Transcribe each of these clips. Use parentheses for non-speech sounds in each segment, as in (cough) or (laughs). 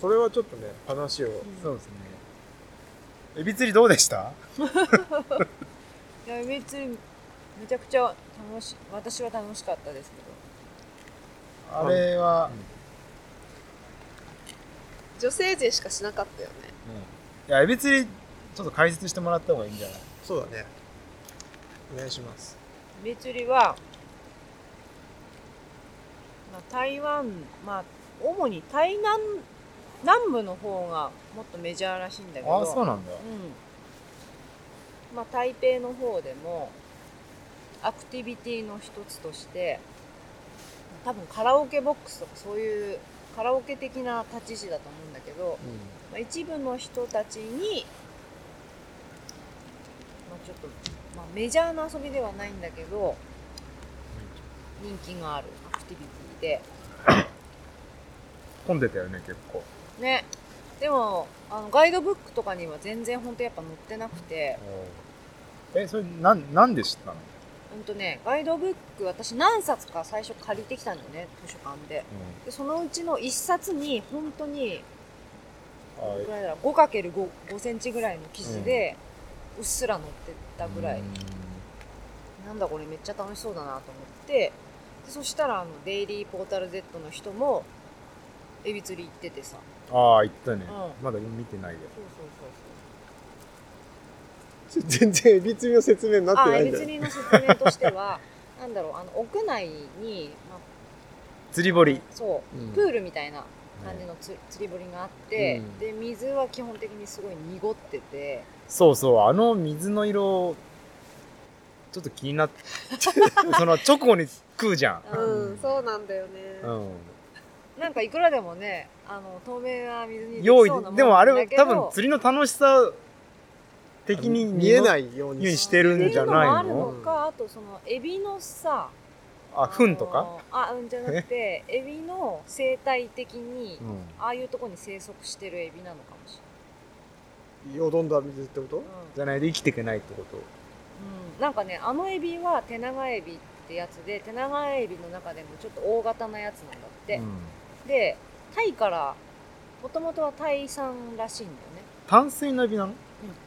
それはちょっとね話をそうですねエビ釣りどうでしたいや別にめちゃくちゃ楽し私は楽しかったですけどあれは、女性陣しかしなかったよねうんいやエビ釣りちょっと解説してもらった方がいいんじゃないそうだねお願いしますエビ釣りは、まあ、台湾まあ主に台南南部の方がもっとメジャーらしいんだけどああそうなんだうんまあ、台北の方でもアクティビティの一つとして多分カラオケボックスとかそういうカラオケ的な立ち位置だと思うんだけど、まあ、一部の人たちに、まあ、ちょっと、まあ、メジャーな遊びではないんだけど人気があるアクティビティで混んでたよね結構ねでもあのガイドブックとかには全然本当やっぱ載ってなくて。えそれなんなんで知ったの、うんとね、ガイドブック私何冊か最初借りてきたんだよね図書館ででそのうちの1冊に本当にあぐらいだろ 5×5 5センチぐらいの記事でうっすら載ってたぐらい、うんなんだこれめっちゃ楽しそうだなと思ってでそしたらあのデイリーポータル Z の人もエビ釣り行っててさああ行ったね、うまだ見てないよそうそうそう全然エビ釣りの説明になってあなエいビんだよ釣りの説明としてはなんだろうあの屋内に、まあ、釣り堀そううんプールみたいな感じのつ釣り堀があって、うんで水は基本的にすごい濁っててそうそうあの水の色ちょっと気になって (laughs) その直後に食うじゃん、うん、うんそうなんだよね、うん、なんかいくらでもねあの透明な水に用意そうなでもあれは多分も釣りの楽しさ的に見えないいようようににしてるんじゃっないていうのもあのるのかあとそのエビのさあの糞とか、あうんじゃなくてエビの生態的にああいうとこに生息してるエビなのかもしよどんだ水ってことれない、じゃないと生きていけないってことうんうん、なんかねあのエビはテナガエビってやつでテナガエビの中でもちょっと大型なやつなんだって、うんでタイからもともとはタイ産らしいんだよね、淡水のエビなの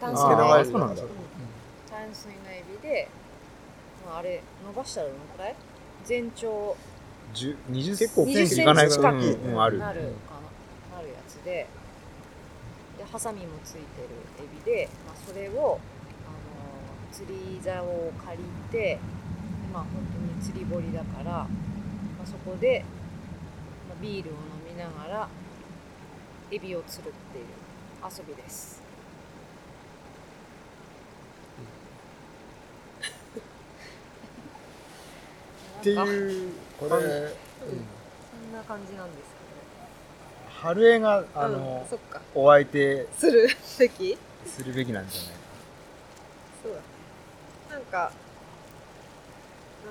淡ん水あのーエビそうなんだう淡水のエビで、まあ、あれ伸ばしたらどのくらい全長10 20結構センチいかないぐらい20センチ近くうんうんあるなるかな、なるやつででハサミもついてるエビで、まあ、それを、あの釣り竿を借りてまあ本当に釣り堀だから、まあ、そこで、まあ、ビールを飲みながらエビを釣るっていう遊びです。っ (laughs) てなんかいうこれ、そんな感じなんです春江があうのん、、そっかお相手するべきするべきなんじゃないそうだねなんか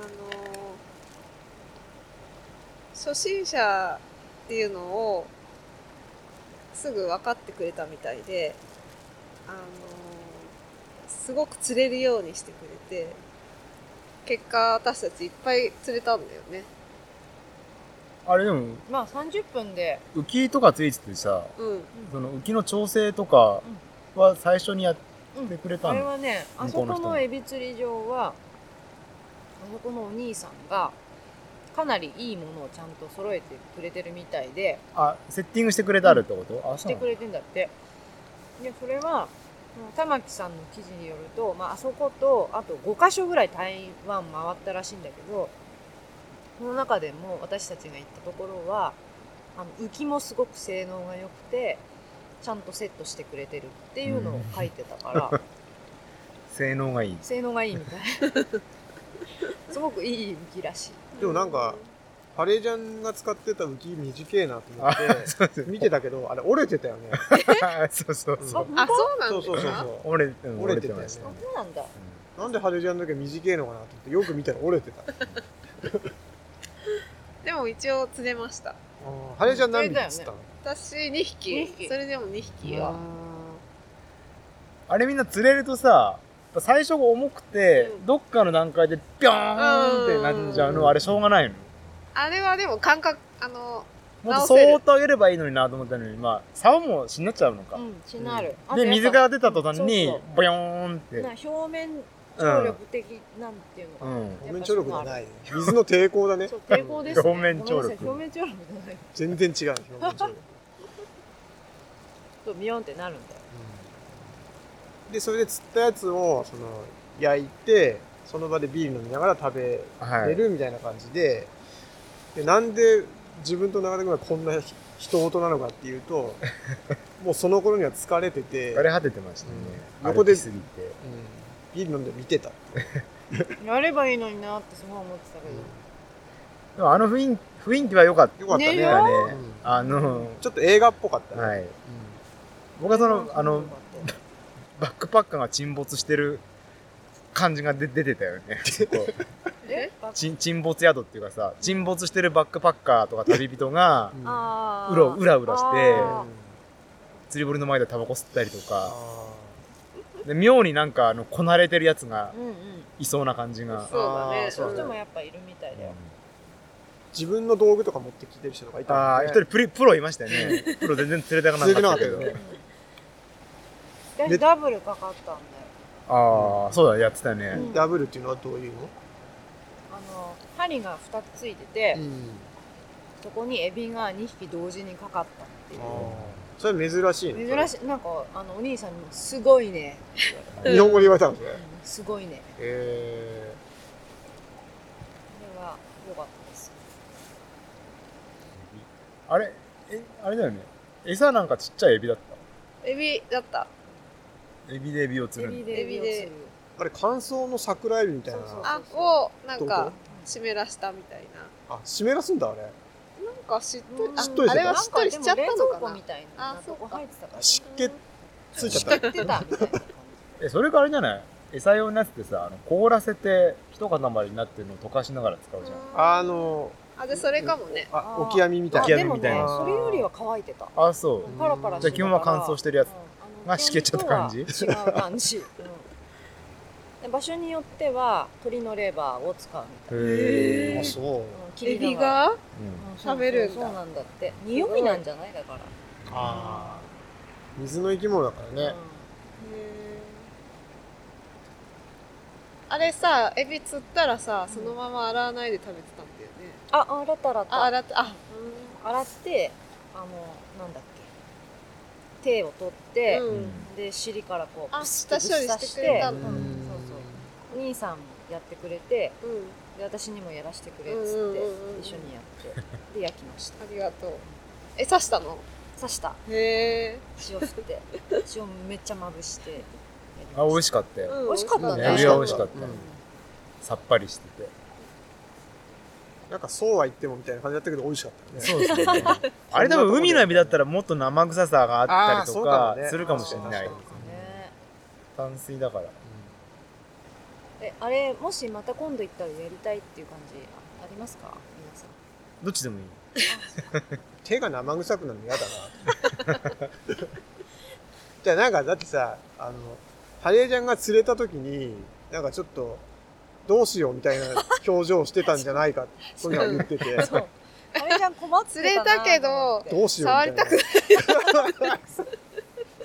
あのー初心者っていうのをすぐ分かってくれたみたいであのーすごく釣れるようにしてくれて結果私たちいっぱい釣れたんだよねあれでもけどまあ30分で浮きとかついててさうんその浮きの調整とかは最初にやってくれたあれの、はねあ向そここうの人ものエビ釣り場はあそこのお兄さんがかなりいいものをちゃんと揃えてくれてるみたいであセッティングしてくれてあるってこと、あしそうてなくのれてんだってでそれはその玉木さんの記事によると、まああそことあと5か所ぐらい台湾回ったらしいんだけどその中でも私たちが行ったところはあの浮きもすごく性能が良くてちゃんとセットしてくれてるっていうのを書いてたから。性能がいい性能がいいみ (laughs) たいすごくいい浮きらしいでもなんかパレジャンが使ってた浮き短いなと思っあてそうそう見てたけどあれ折れてたよね (laughs) そうそううんそうあそう (laughs) なんだそうそうそうそ折れうん折折れてれてたよねましたねそうなんだなんでパレジャンの時は短いのかなと思ってよく見たら折れてたでも一応釣れましたハレジャン何匹っつったの私2匹二匹それでも2匹はあれみんな釣れるとさ最初が重くて、うんどっかの段階でビョーンってなっちゃうのはあれしょうがないのあれはでも感覚あのもっと直せるそーっと上げればいいのになと思ったのにまあ竿もしなっちゃうのか、うん、しなる。あとでやっぱ水が出た途端そにうボヨーンっそてうな表面うん張力的なんていうのかな。。うん表面張力がないいね水の抵抗だねそう抵抗ですね。表面張力ごめんなさい表面張力じゃない。全然違う表面張力、そうビヨンってなるんだよ。うんでそれで釣ったやつをその焼いてその場でビール飲みながら食べはれいるみたいな感じで,、でなんで自分と中田君がこんな人音なのかっていうともうその頃には疲れてて、枯れ果ててましたね、うん歩き横ですぎてうんビール飲んで見てた、やればいいのになってすごい思ってたけど。でもあの雰囲気雰囲気は良かっよかったねねたよね、うんあのちょっと映画っぽかったね、はいうん僕はそのあのバックパッカーが沈没してる感じが出出てたよ (laughs) ねこうえバ沈沈没宿っていうかさ沈没してるバックパッカーとか旅人がうんあーうろうらうらしてあ釣り堀の前でタバコ吸ったりとかあで妙になんかあのこなれてるやつがーうんうん。いそうな感じがそうだあねーそういうだね人もやっぱいるみたいだよ。ー自分の道具とか持ってきてる人とかいたあもあんね一人プリプロいましたよねプロ全然釣れたくなかったけど釣れてなかったよね私ダブルかかったんだよ。ああそうだやってたね、うんダブルっていうのはどういうの、あの針が2つついてて、うんそこにエビが2匹同時にかかったっていう。それ珍しいね珍しいなんかあのお兄さんにも「すごいね」日本語で言われたんですねうんすごいね」えこれは良かったですあれえあれだよね餌なんかちっちゃいエビだっエビだったたエビでエビを釣エるビのでエエビビをで釣るーあれ乾燥の桜エビみたいなそうそうあをなんどかこ湿らしたみたいあ湿らすんだあれななんかしっとりうんあしっとりしてたあれはしっとりしちゃったのでも冷蔵庫かなみたいなあそとうこか入ってたから湿っ気ついちゃったてたみたいな感えそれからあれじゃない餌用のやつってさあの凍らせて一塊になってるのを溶かしながら使うじゃん、あのあでそれかもねあオキアミみじたあいオキアなミでもみたいねなそれよりは乾いてたあそううんんパラパラじゃあ基本は乾燥してるやつがしけちゃった感じうんあの違う感じ、うんで場所によっては鳥のレバーを使うみたいへあえ、そうな、うん切エりなビがらがうそんうそう食べるんだそうなんだって匂いなんじゃないだからあー水の生き物だからねあれさエビ釣ったらさそのまま洗わないで食べてたんだよねあ洗った洗ったあ洗ってあ洗ってあのなんだっけ手を取って、うんで尻からこうあプス下処理ッとしてくれたんだうんそうそうお兄さんもやってくれてうんうんで私にもやらせてくれっつって、うんうんうんうん一緒にやってで焼きましたありがとうえ刺したの刺したへえ塩振って (laughs) 塩めっちゃまぶしてやりまあ美味ししかったよ、うん美味しかったねエビは美味しかった、うんさっぱりしててなんかそうは言ってもみたいな感じだったけど美味しかったねそうですねあれ多分海のエビだったらもっと生臭さがあったりとあーそうかもかねするかもしれない確かね淡水だからえあれもしまた今度行ったらやりたいっていう感じありますか皆さんどっちでもいい手が生臭くなるの嫌だな (laughs) じゃあなんかだってさあのハレーちゃんが釣れた時になんかちょっとどうしようみたいな表情をしてたんじゃないかってそういうのは言っててそう。あれちゃん困ってな釣れたけどどうしようみたいな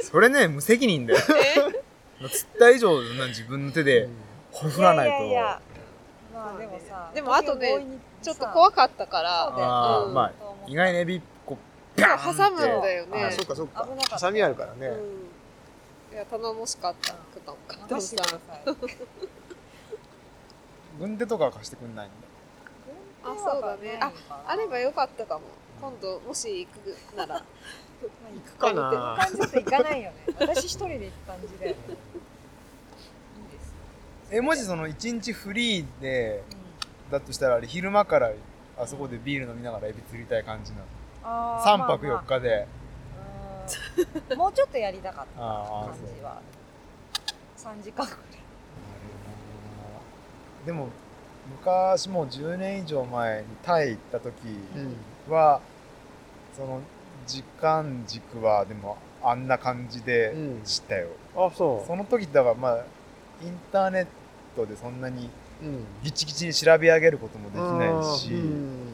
それね無責任だよ釣った以上な自分の手 (laughs) でほふらないとやややまあでもさ、でもあとね時を強引にさちょっと怖かったからそうだよあーうんまあ意外にエビこうそバーうンって挟むんだよあねそっかそっか危なかったハサミあるからね、うんいや頼もしかったくたもか任せてください。軍手とかは貸してくんないんあそうだねあればよよかったかも今度もし行くなら行くかな感じだと行かない (laughs) よね。私一人で行く感じだよ (laughs) ね。いいです。えもしその一日フリーでだとしたらあれ昼間からあそこでビール飲みながらエビ釣りたい感じなの3泊4日日で、。うんもうちょっとやりたかっあたーあー感そうじは。三時 (laughs) 間ぐらい。でも昔もう10年以上前にタイ行った時うんは、その時間軸はでもあんな感じでうん知ったよ、あそその時だからまあインターネットでそんなにう、うん、ギチギチに調べ上げることもできないし、うん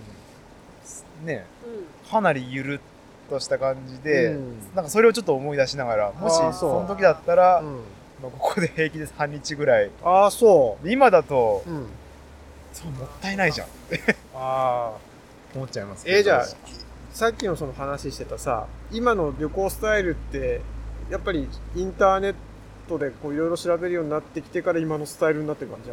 ねうかなりゆるっとした感じで、うんなんかそれをちょっと思い出しながらもしあーそそうの時だったら、うんまあここで平気です半日ぐらいああそで今だとう、うん、そうもったいないじゃんってああ思っちゃいますけどえーじゃあさっきのその話してたさ今の旅行スタイルってやっぱりインターネットでこういろいろ調べるようになってきてから今のスタイルになってる感じじ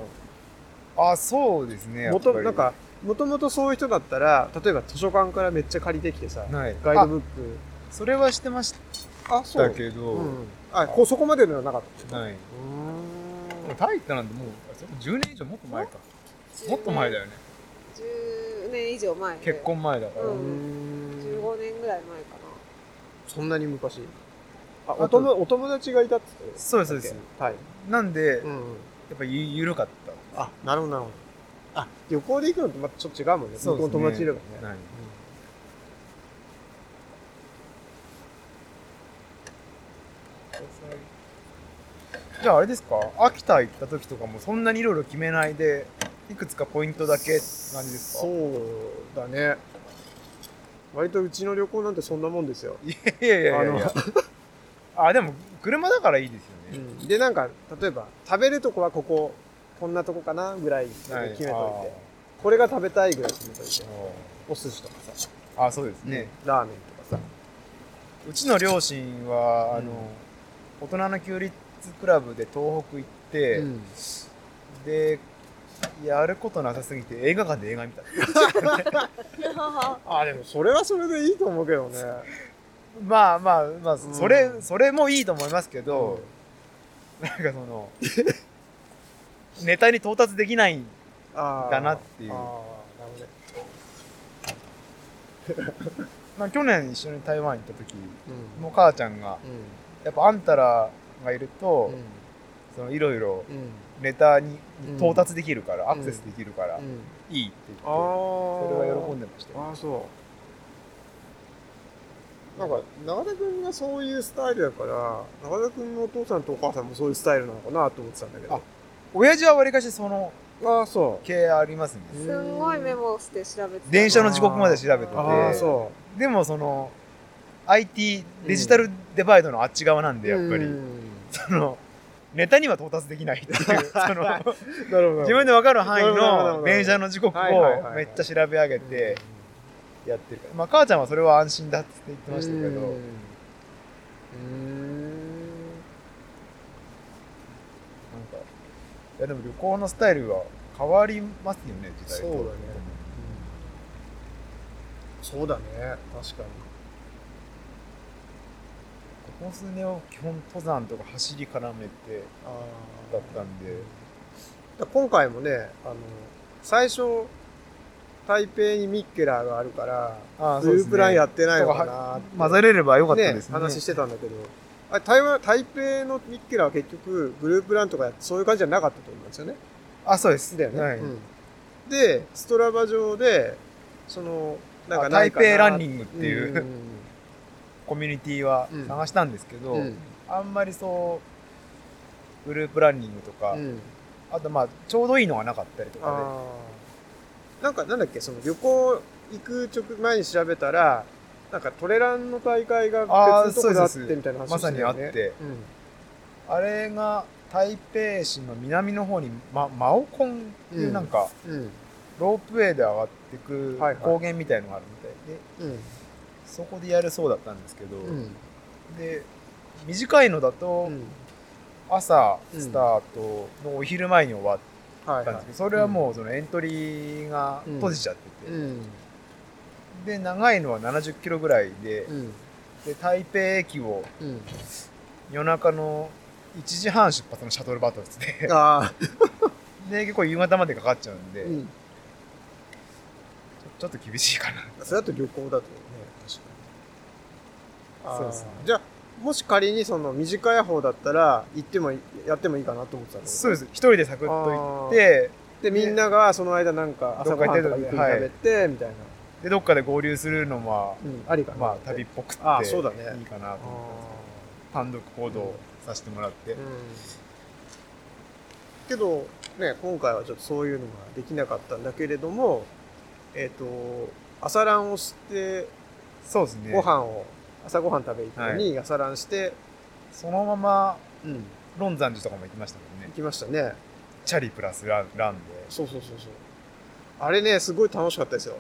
ゃんあそうですねやっもぱとりなんかもともとそういう人だったら例えば図書館からめっちゃ借りてきてさないガイドあブッそれはしてましクあそたうけど、うん、あこうそこまでのはなかったはいうーんタイってなんてもうそれも10年以上もっと前かもっと前だよね10年以上前で結婚前だから、ううんん15年ぐらい前かそんなに昔ああおともお友達がいたっつってそうですたそうっでけすはい、なんうで、やんうん、っぱゆゆるかったあなるほどなるほどあ旅行で行くのとまたちょっと違うもんね向こうの友達いればね、はいじゃああれですか秋田行った時とかもそんなにいろいろ決めないでいくつかポイントだけって感じですか (laughs) そうだね割とうちの旅行なんてそんなもんですよ、いやいやいやいやいやあでも車だからいいですよね、でなんか例えば食べるとこはこここんなとこかなぐらい決はめいといて、これが食べたいぐらい決めといてあお寿司とかさ、ーあそうですね、ラーメンとかさうちの両親は、あの大人の休日クラブで東北行って、うんでやることなさすぎて映画館で映画見たなあでもそれはそれでいいと思うけどね (laughs) まあまあまあんそれ、それもいいと思いますけど、なんかそ (laughs) のネタに到達できないあーだなっていうあーなるほどねまあ去年一緒に台湾行った時うんもう母ちゃんがやっぱあんたらがいると、そのいろいろうんうんネタにうん到達できるから、んアクセスできるから、うんいいって言って、ああそれは喜んでましたよああそうなんか永田君がそういうスタイルだから永田君のお父さんとお母さんもそういうスタイルなのかなと思ってたんだけど親父はわりかしそのああそ系ありますねうすんごいメモして調べてた電車の時刻まで調べててああそでもその IT デジタルデバイドのあっち側なんうでやっぱり、うんそのネタには到達できな (laughs) いっていうそのなるほど自分で分かる範囲なるほどなるほどなるほどの電車の時刻はいはいはいはをいめっちゃ調べ上げてやってるから、まあ、母ちゃんはそれは安心だって言ってましたけど、うんうんなんかいやでも旅行のスタイルは変わりますよね時代とそうだねそうだね確かにここ数年は基本登山とか走り絡めてああだったんでだから今回もねあの最初台北にミッケラーがあるからあそういうプランやっってないのかなって混ぜれればよかったですね話してたんだけどあれ台湾台北のミッケラーは結局グループランとかそういう感じじゃなかったと思うんですよねあそうですだよね、はいうんでストラバ上でそのなんかあない台かな北ランニングっていう、 (laughs) うんコミュニティはうん探したんですけど、うんあんまりそうグループランニングとか、うんうんあとまあちょうどいいのがなかったりとかあーなんかなんだっけその旅行行く直前に調べたらなんかトレランの大会が別のとこであってみたいな話をしてたよねまさにあってうんであれが台北市の南の方に、ま、マオコンっていううんなんか、うんロープウェイで上がってくはいはい高原みたいのがあるみたいでうんそこでやるそうだったんですけど、うんで短いのだとうん朝スタートのお昼前に終わっはいたんはでいすけど、それはもうそのエントリーが閉じちゃってて、うんで長いのは70キロぐらいで,、うんで台北駅をうん夜中の1時半出発のシャトルバトルですねあで結構夕方までかかっちゃうんあで、うんちょっと厳しいかなそれだと旅行だとね確かにそうあーですねじゃあもし仮にその短い方だったら行ってもいやってもいいかなと思ってたんだけどそうです一人でサクッと行ってでみんながその間なんか朝ごはんとかゆっくり食べてみたいな、でどっかで合流するのは、うん、ありかなまあ旅っぽくってあーそうだねいいかなと思ってますあ単独行動させてもらって、ーうんけどね今回はちょっとそういうのができなかったんだけれどもえっ、と朝ランをしてそうですねご飯を朝ご飯食べ行ったのに朝ランして、そのままうん論山寺とかも行きましたもん行ねきましたねチャリプラスランランで、そうそうそうそうあれねすごい楽しかった (laughs) ですよ、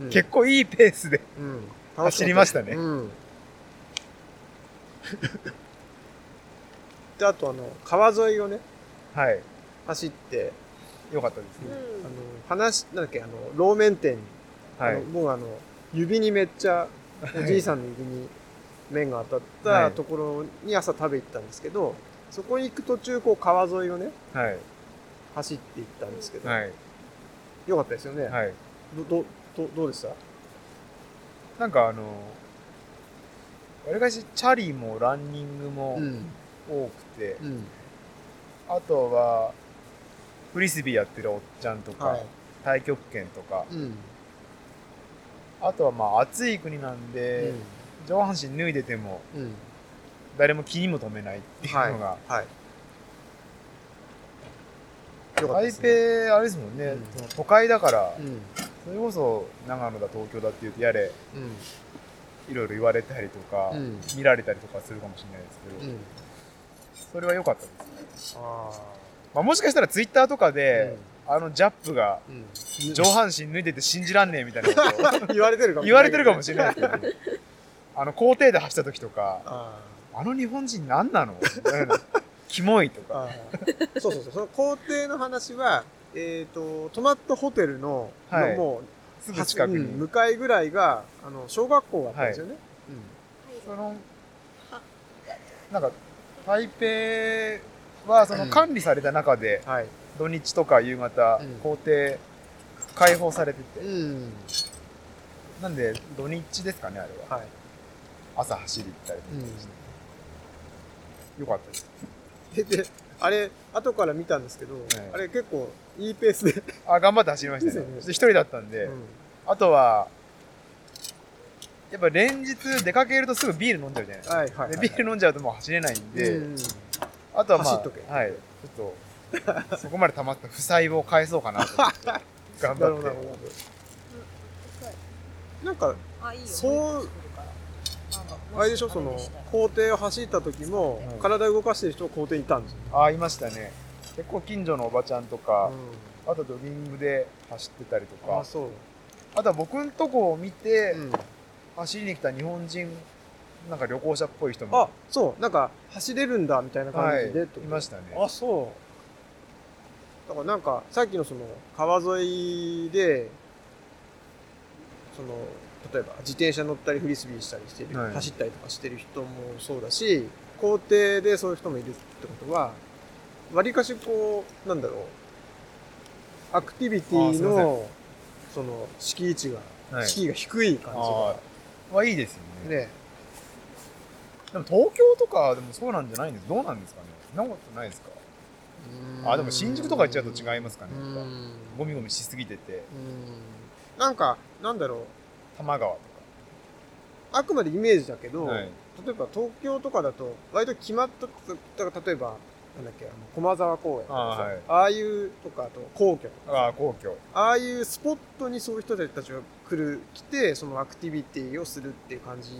うん結構いいペースでうん走りましたねうん、であとあの川沿いをねはい走って、よかったですね、あの話なんだっけあの路面店に、はいあのもうあの指にめっちゃおじいさんの指に麺が当たはっいたところに朝食べ行ったんですけど、そこに行く途中こう川沿いをねはい走って行ったんですけど、はいよかったですよね、はいどどどどうでしたなんかあのわりかしチャリもランニングもん多くて、うんあとはフリスビーやってるおっちゃんとか、はい太極拳とかうんあとはまあ暑い国なんで、上半身脱いでてもうんうん誰も気にも留めないっていうのが、はいよかったで台すね北あれですもんね、うんその都会だから、うんそれこそ長野だ東京だっていうとやれいろいろ言われたりとか、うんうん見られたりとかするかもしれないですけど、うんそれは良かったです、あまあ、もしかしたらツイッターとかで、あのジャップがーうん上半身脱いでて信じらんねえみたいなことを (laughs) 言われてるか (laughs) も言われてるかもしれれないですけどあの校庭で走った時とかああの日本人何なのみたいなキモいとーか。あーそうそうそうその工程の話はえっ、と泊まったホテルの、はいもすうぐ近くはうんに向。かいぐらいがあの小学校があったんですよね、その、なんか、台北はそのうん管理された中で、うんはい土日とか夕方うん、校庭、開放されてて。んなんで、土日ですかね、あれは。はい朝走り行ったりとかして。よかったです。でであれ後から見たんですけど、いあれ結構いいペースで、あ、頑張って走りましたですよね。ね一人だったんで。あとは、やっぱ連日出かけるとすぐビール飲んじゃうじゃないですか。はいはいはいでビール飲んじゃうともう走れないんで、うんあとはまあ、走っとけはい、ちょっと、そこまで溜まった負債を返そうかなと思って、(laughs) 頑なるほどな張るほっど深いなんかあいいよそうあれでしょその校庭を走った時も、はい体動かしてる人が校庭にいたんですよ、て。ああ、いましたね。結構近所のおばちゃんとか、うあとジョギングで走ってたりとん、あか、そう、あとは僕んとこを見て、うん走りに来た日本人、なんか旅行者っぽい人もあ、そう、なんか走れるんだみたいな感はい、じで、いとましたね。あ、そう。だからなんか、さっきのその川沿いで、その、例えば自転車乗ったりフリスビーしたりしてる、はい走ったりとかしてる人もそうだし、校庭でそういう人もいるってことは、わりかしこう、なんだろう、アクティビテあィすいませの、その、敷位置が、はい敷居が低い感じあーはいいですよが、ねね、でも東京とかでもそうなんじゃないんですどうなんですかねそんなことないですかあでも新宿とか行っちゃうと違いますかねうんやっぱゴミゴミしすぎててうんなんか、なんだろう、多摩川とあくまでイメージだけど、か、はい例えば東京とかだと、割と決まった、だから例えば、なんだっけ、あの駒沢公園とかさあーはいああいうとか、あと皇居とかああ皇居ああいうスポットにそういう人たちが来る、来て、そのアクティビティをするっていう感じ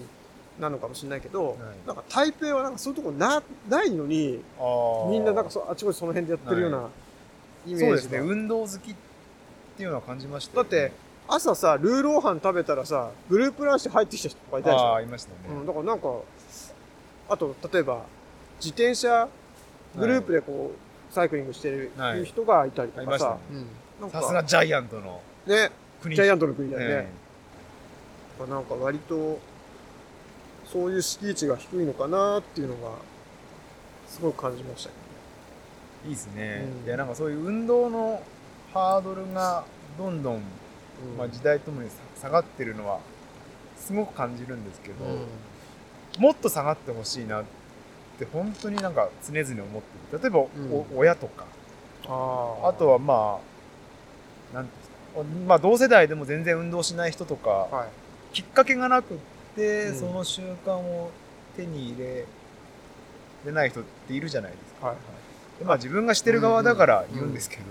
なのかもしれないけど、いなんか台北はなんかそういうとこなないのに、ああみんななんかそあちこちその辺でやってるようなイメージそうがですね運動好きっていうのは感じましただよっね、て、朝さ、ルーローハン食べたらさ、グループランチで入ってきた人とかいたでしあょあ。いましたね、うん、だからなんか、あと、例えば、自転車グループでこう、サイクリングしてるはいいう人がいたりとありかましたさね、うんなんさすがか、ジャイアントのね、国ジャイアントの国だよえね。だからなんか割と、そういう敷地が低いのかなっていうのが、すごく感じましたね。えいいですね、うんいやなんかそういう運動のハードルがどんどん、うんまあ、時代ともに下がってるのはすごく感じるんですけど、うんもっと下がってほしいなって本当になんか常々思ってる例えば、おう親とかあーあとは、まあなんていうんですかまあ同世代でも全然運動しない人とか、はい。きっかけがなくって、うんその習慣を手に入れれない人っているじゃないですかはいはい。でまあ自分がしてる側だからうん言うんですけど、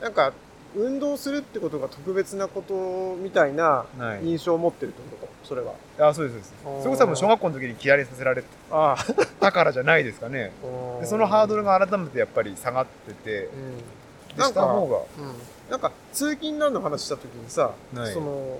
うんなんか、運動するってことが特別なことみたいなない印象を持ってるってことそれは。あそうですそうですおーそれこそ多分小学校の時に嫌いにさせられあたからじゃないですかねあでそのハードル、ルが改めてやっぱり下がっててうん、でなんした方か、がうん、なんか通勤ランの話した時にさ、はいその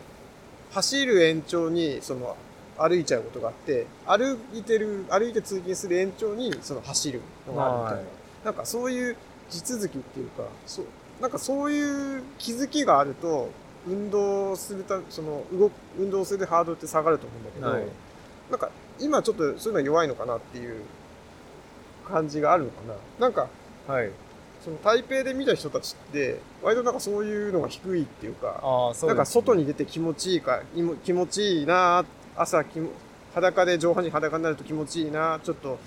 走る延長にその歩いちゃうことがあって歩いてる歩いて通勤する延長にその走るのがあるみたいな、はいなんかそういう地続きっていうかそうなんかそういう気づきがあると運動するたその動く運動するハードルって下がると思うんだけど、はいなんか今ちょっとそういうのは弱いのかなっていう感じがあるのかななんかはいその台北で見た人たちって割となんかそういうのが低いっていうかああそうなんか外にに出て気持ちいいかいも気持ちいいな朝気も裸で上半身裸になると気持ちいいなちょっと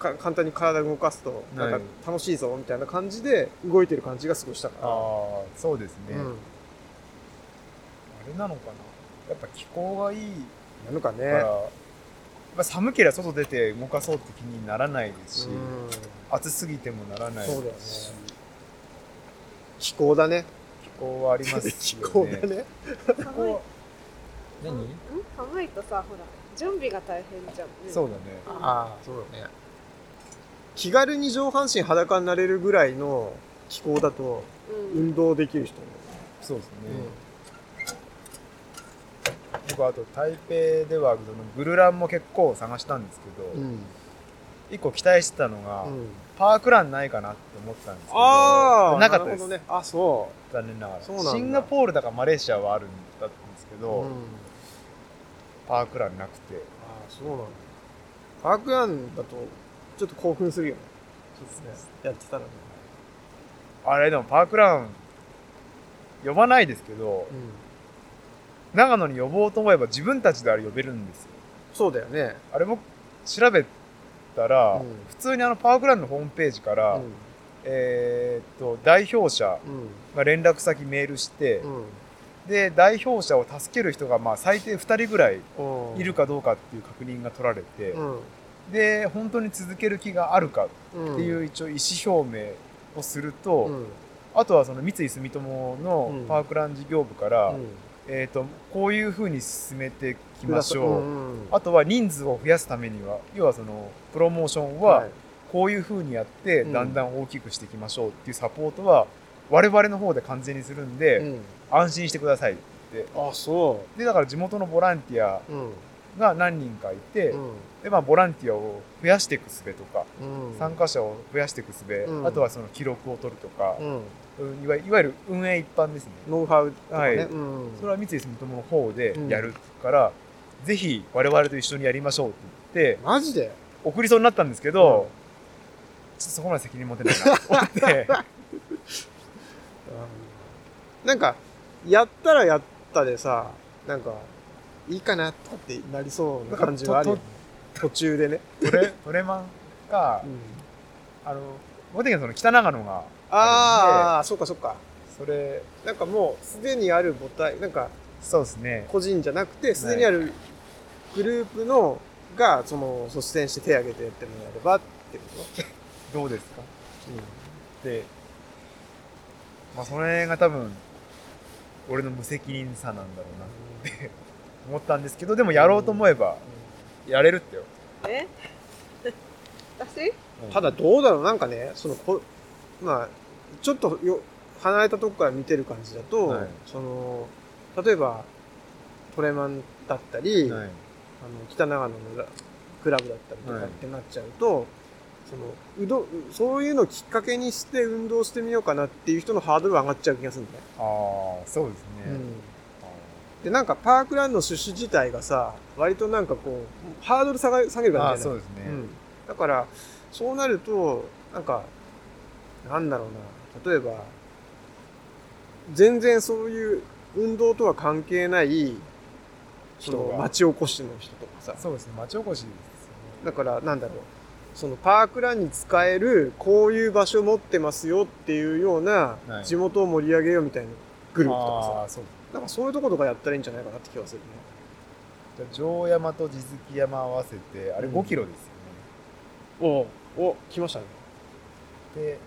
か簡単に体動かすとなんかはい楽しいぞみたいな感じで動いてる感じがすごいしたから、ああそうですね、うんあれなのかなやっぱ気候がいいなのかねから、やっぱ寒ければ外出て動かそうって気にならないですし、うん暑すぎてもならないそうだよねし気候だ (laughs) ね気候はあります気よ候ねだね寒い何、うん寒いとさほら準備が大変じゃん、そうだねああそうだね気軽に上半身裸になれるぐらいの気候だとうん、うん運動できる人も、そうですね、うん僕あと台北ではそのグルランも結構探したんですけど、うん一個期待してたのが、うんパークランないかなって思ったんですけどああなかったです、なるほどねあそ残念ながらそうなんだシンガポールだかマレーシアはあるんだったんですけう、ど、うん、パークランなくてああそうなんだパークランだとちょっと興奮するよねそうですねやってたらね、あれでもパークラン呼ばないですけどうん、長野に呼ぼうと思えば自分たちであれ呼べるんですよそうだよねあれも調べたら、うん普通にあのパークランのホームページから、うんえーっと代表者うんが連絡先メールして、うんで代表者を助ける人がまあ最低2人ぐらいうんいるかどうかっていう確認が取られて、うんで本当に続ける気があるかっていうう一応意思表明をすると、んうんあとはその三井住友うのんパークラン事業部から、うんえー、とこういうふうに進めていきましょう、んんあとは人数を増やすためには要はそのプロモーションははいこういうふうにやってうんだんだん大きくしていきましょうっていうサポートは我々の方で完全にするんで、うん安心してくださいってあそでだから地元のボランティアううんが何人かいて、うんでまあ、ボランティアを増やしていく術とか、うん参加者を増やしていく術、うんあとはその記録を取るとかう、んうんいわいわゆる運営一般ですね、ノウハウとかはいねうんそれは三井住友の方でやるから、ぜひ我々と一緒にやりましょうって言ってマジで送りそうになったんですけど、ちょっとそこまで責任持てないなと思ってうんなんか、やったらやったでさ、なんか、いいかなとかってなりそうな感じはあるよね。途中でね。トレトレマンかうんあの僕的にはその北長野があああ、そっかそっか。るんでそなれんかもう、すでにある母体、なんか、そうですね個人じゃなくて、すでにあるグループの、が、その、率先して手挙げてやってもらえればってことどうですかって、まあ、それが多分俺の無責任さなんだろうなと思ったんですけどでもやろうと思えばやれるってよ、え私うんただどうだろうなんかね、その、こまあ、ちょっとよ、離れたとこから見てる感じだと、はいその、例えば、トレマンだったり、はいあの北長野のラクラブだったりとかってなっちゃうと、そのうどそういうのをきっかけにして運動してみようかなっていう人のハードルは上がっちゃう気がするんだよ、ああそうですね、うんでなんかパークランドの趣旨自体がさ割となんかこうハードル下が下げるあーあ感じーじそゃうないですね、うんだからそうなるとなんかなんだろうな例えば全然そういう運動とは関係ないそ人のが町おこしの人とかさそうですね町おこしですよねだから、なんだろう。そのパークランに使える、こういう場所持ってますよっていうようなは、い地元を盛り上げようみたいなグループとかあさ。ーそうなんかそういうとことかやったらいいんじゃないかなって気がするね。じゃあ城山と地月山合わせてあれうん5キロですよおお来ましたね。ね、で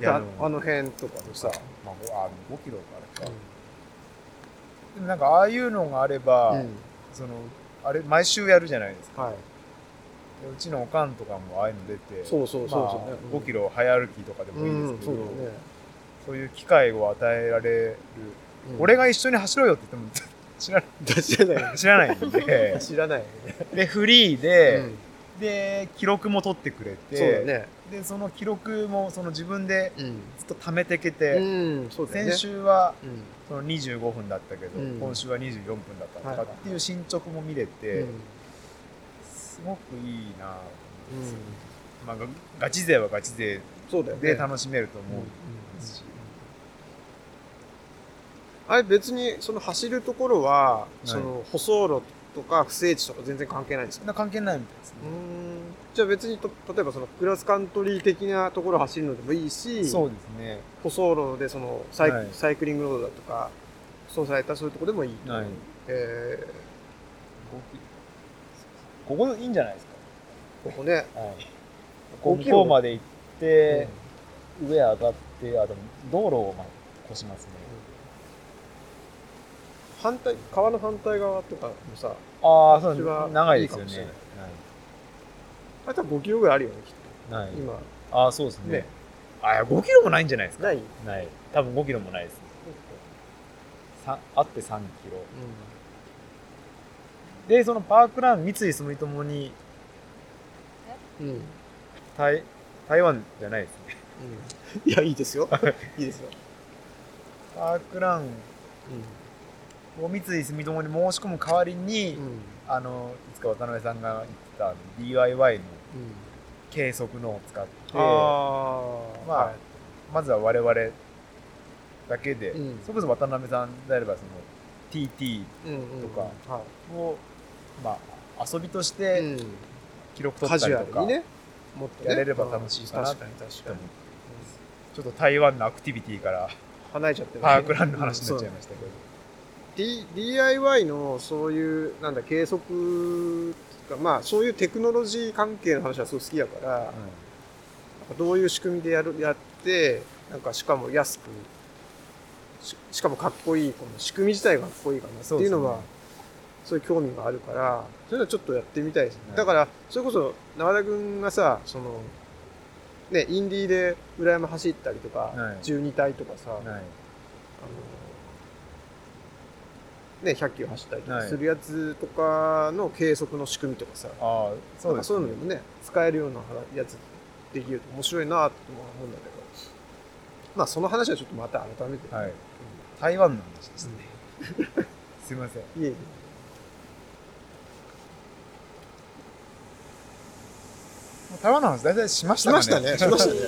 いやであもの辺とかでさ、まあ、ほらあ5キロあれか、でもなんかああいうのがあれば、うんそのあれ毎週やるじゃないですかはい、でうちのおかんとかもああいうの出てそうそうそうそうね、まあ、5キロ早歩きとかでもいいんうでんすけそど、うだよね、そういう機会を与えられる、うん俺が一緒に走ろうよって言っても (laughs) 知ら知らない知 (laughs) らないんで知らないよね、でフリーで、うんで記録も取ってくれてそうだね、でその記録もその自分でうんずっと貯めてけて、うん、そうだよね先週はうんその25分だったけど、うん今週は24分だったとかっていう進捗も見れて、うんすごくいいなぁ、うんまあ、ガガチ勢はガチ勢そうだよねで楽しめると思ううんですし、あれ別にその走るところは、いその舗装路とか不整地とか全然関係ないんですそかんな関係ないみたいですねう、んじゃあ別にと例えばそのクラスカントリー的なところ走るのでもいいしそうですね舗装路でそのサイ,、はいサイクリングロードだとか舗装されたそういうところでもいい、はいえここいいんじゃないですーここね、か、はい、ここうう向こうまで行っうんて、上上がってあでも道路をまあ越しますね反対川の反対側とかもさああそうこっちは長いですよねいいかもしあれ多分5キロぐらいあるよねきっないとない今ああそうですねねああ5キロもないんじゃないですかない、ない多分5キロもないですねさあって3キロでそのパークラン三井住友にうんうん台台湾じゃないですねいや、いいですよ。いいですよ。パークランを三井住友に申し込む代わりに、うん。あのいつか渡辺さんが言ってた DIY の計測のを使ってああ、まあはいまずは我々だけで、うんそれこそ渡辺さんであればその TT うんうんとかはを、まあ、遊びとしいてうん記録取カったジりュアとルか、にね、もっとねやれれば楽しいかなうん確かに確ちょかっにと。ちょっと台湾のアクティビティから離れちゃってるねパークランの話になっちゃいましたけど、 D DIY のそういうなんだ計測とかまあそういうテクノロジー関係の話はすごい好きだから、なんかうんどういう仕組みでやるやってなんかしかも安くししかもかっこいいこの仕組み自体がかっこいいかなっていうのはそういう興味があるからそういうのちょっとやってみたいですね、はいだからそれこそ永田君がさそのねインディーで裏山走ったりとか、はい12体とかさ、そうですねはいあのね、100キロ走ったりとかはいするやつとかの計測の仕組みとかさ、ああそうですそういうねのでもね、使えるようなやつできると面白いなと思うんだけど、まあその話はちょっとまた改めて。はい台湾の話ですね、すいませんいえいえ台湾の話大体しまししたかまねしたね、しましたね。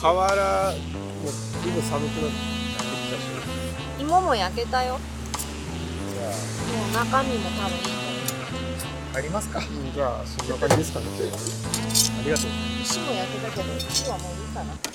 河原も随分寒くなってき芋も焼けたよもたし、じゃう中身も多分いいとありますかあ、うんじゃあそんな感じですかね。ありがとうございます。思う石も焼けたけど石はもういいかな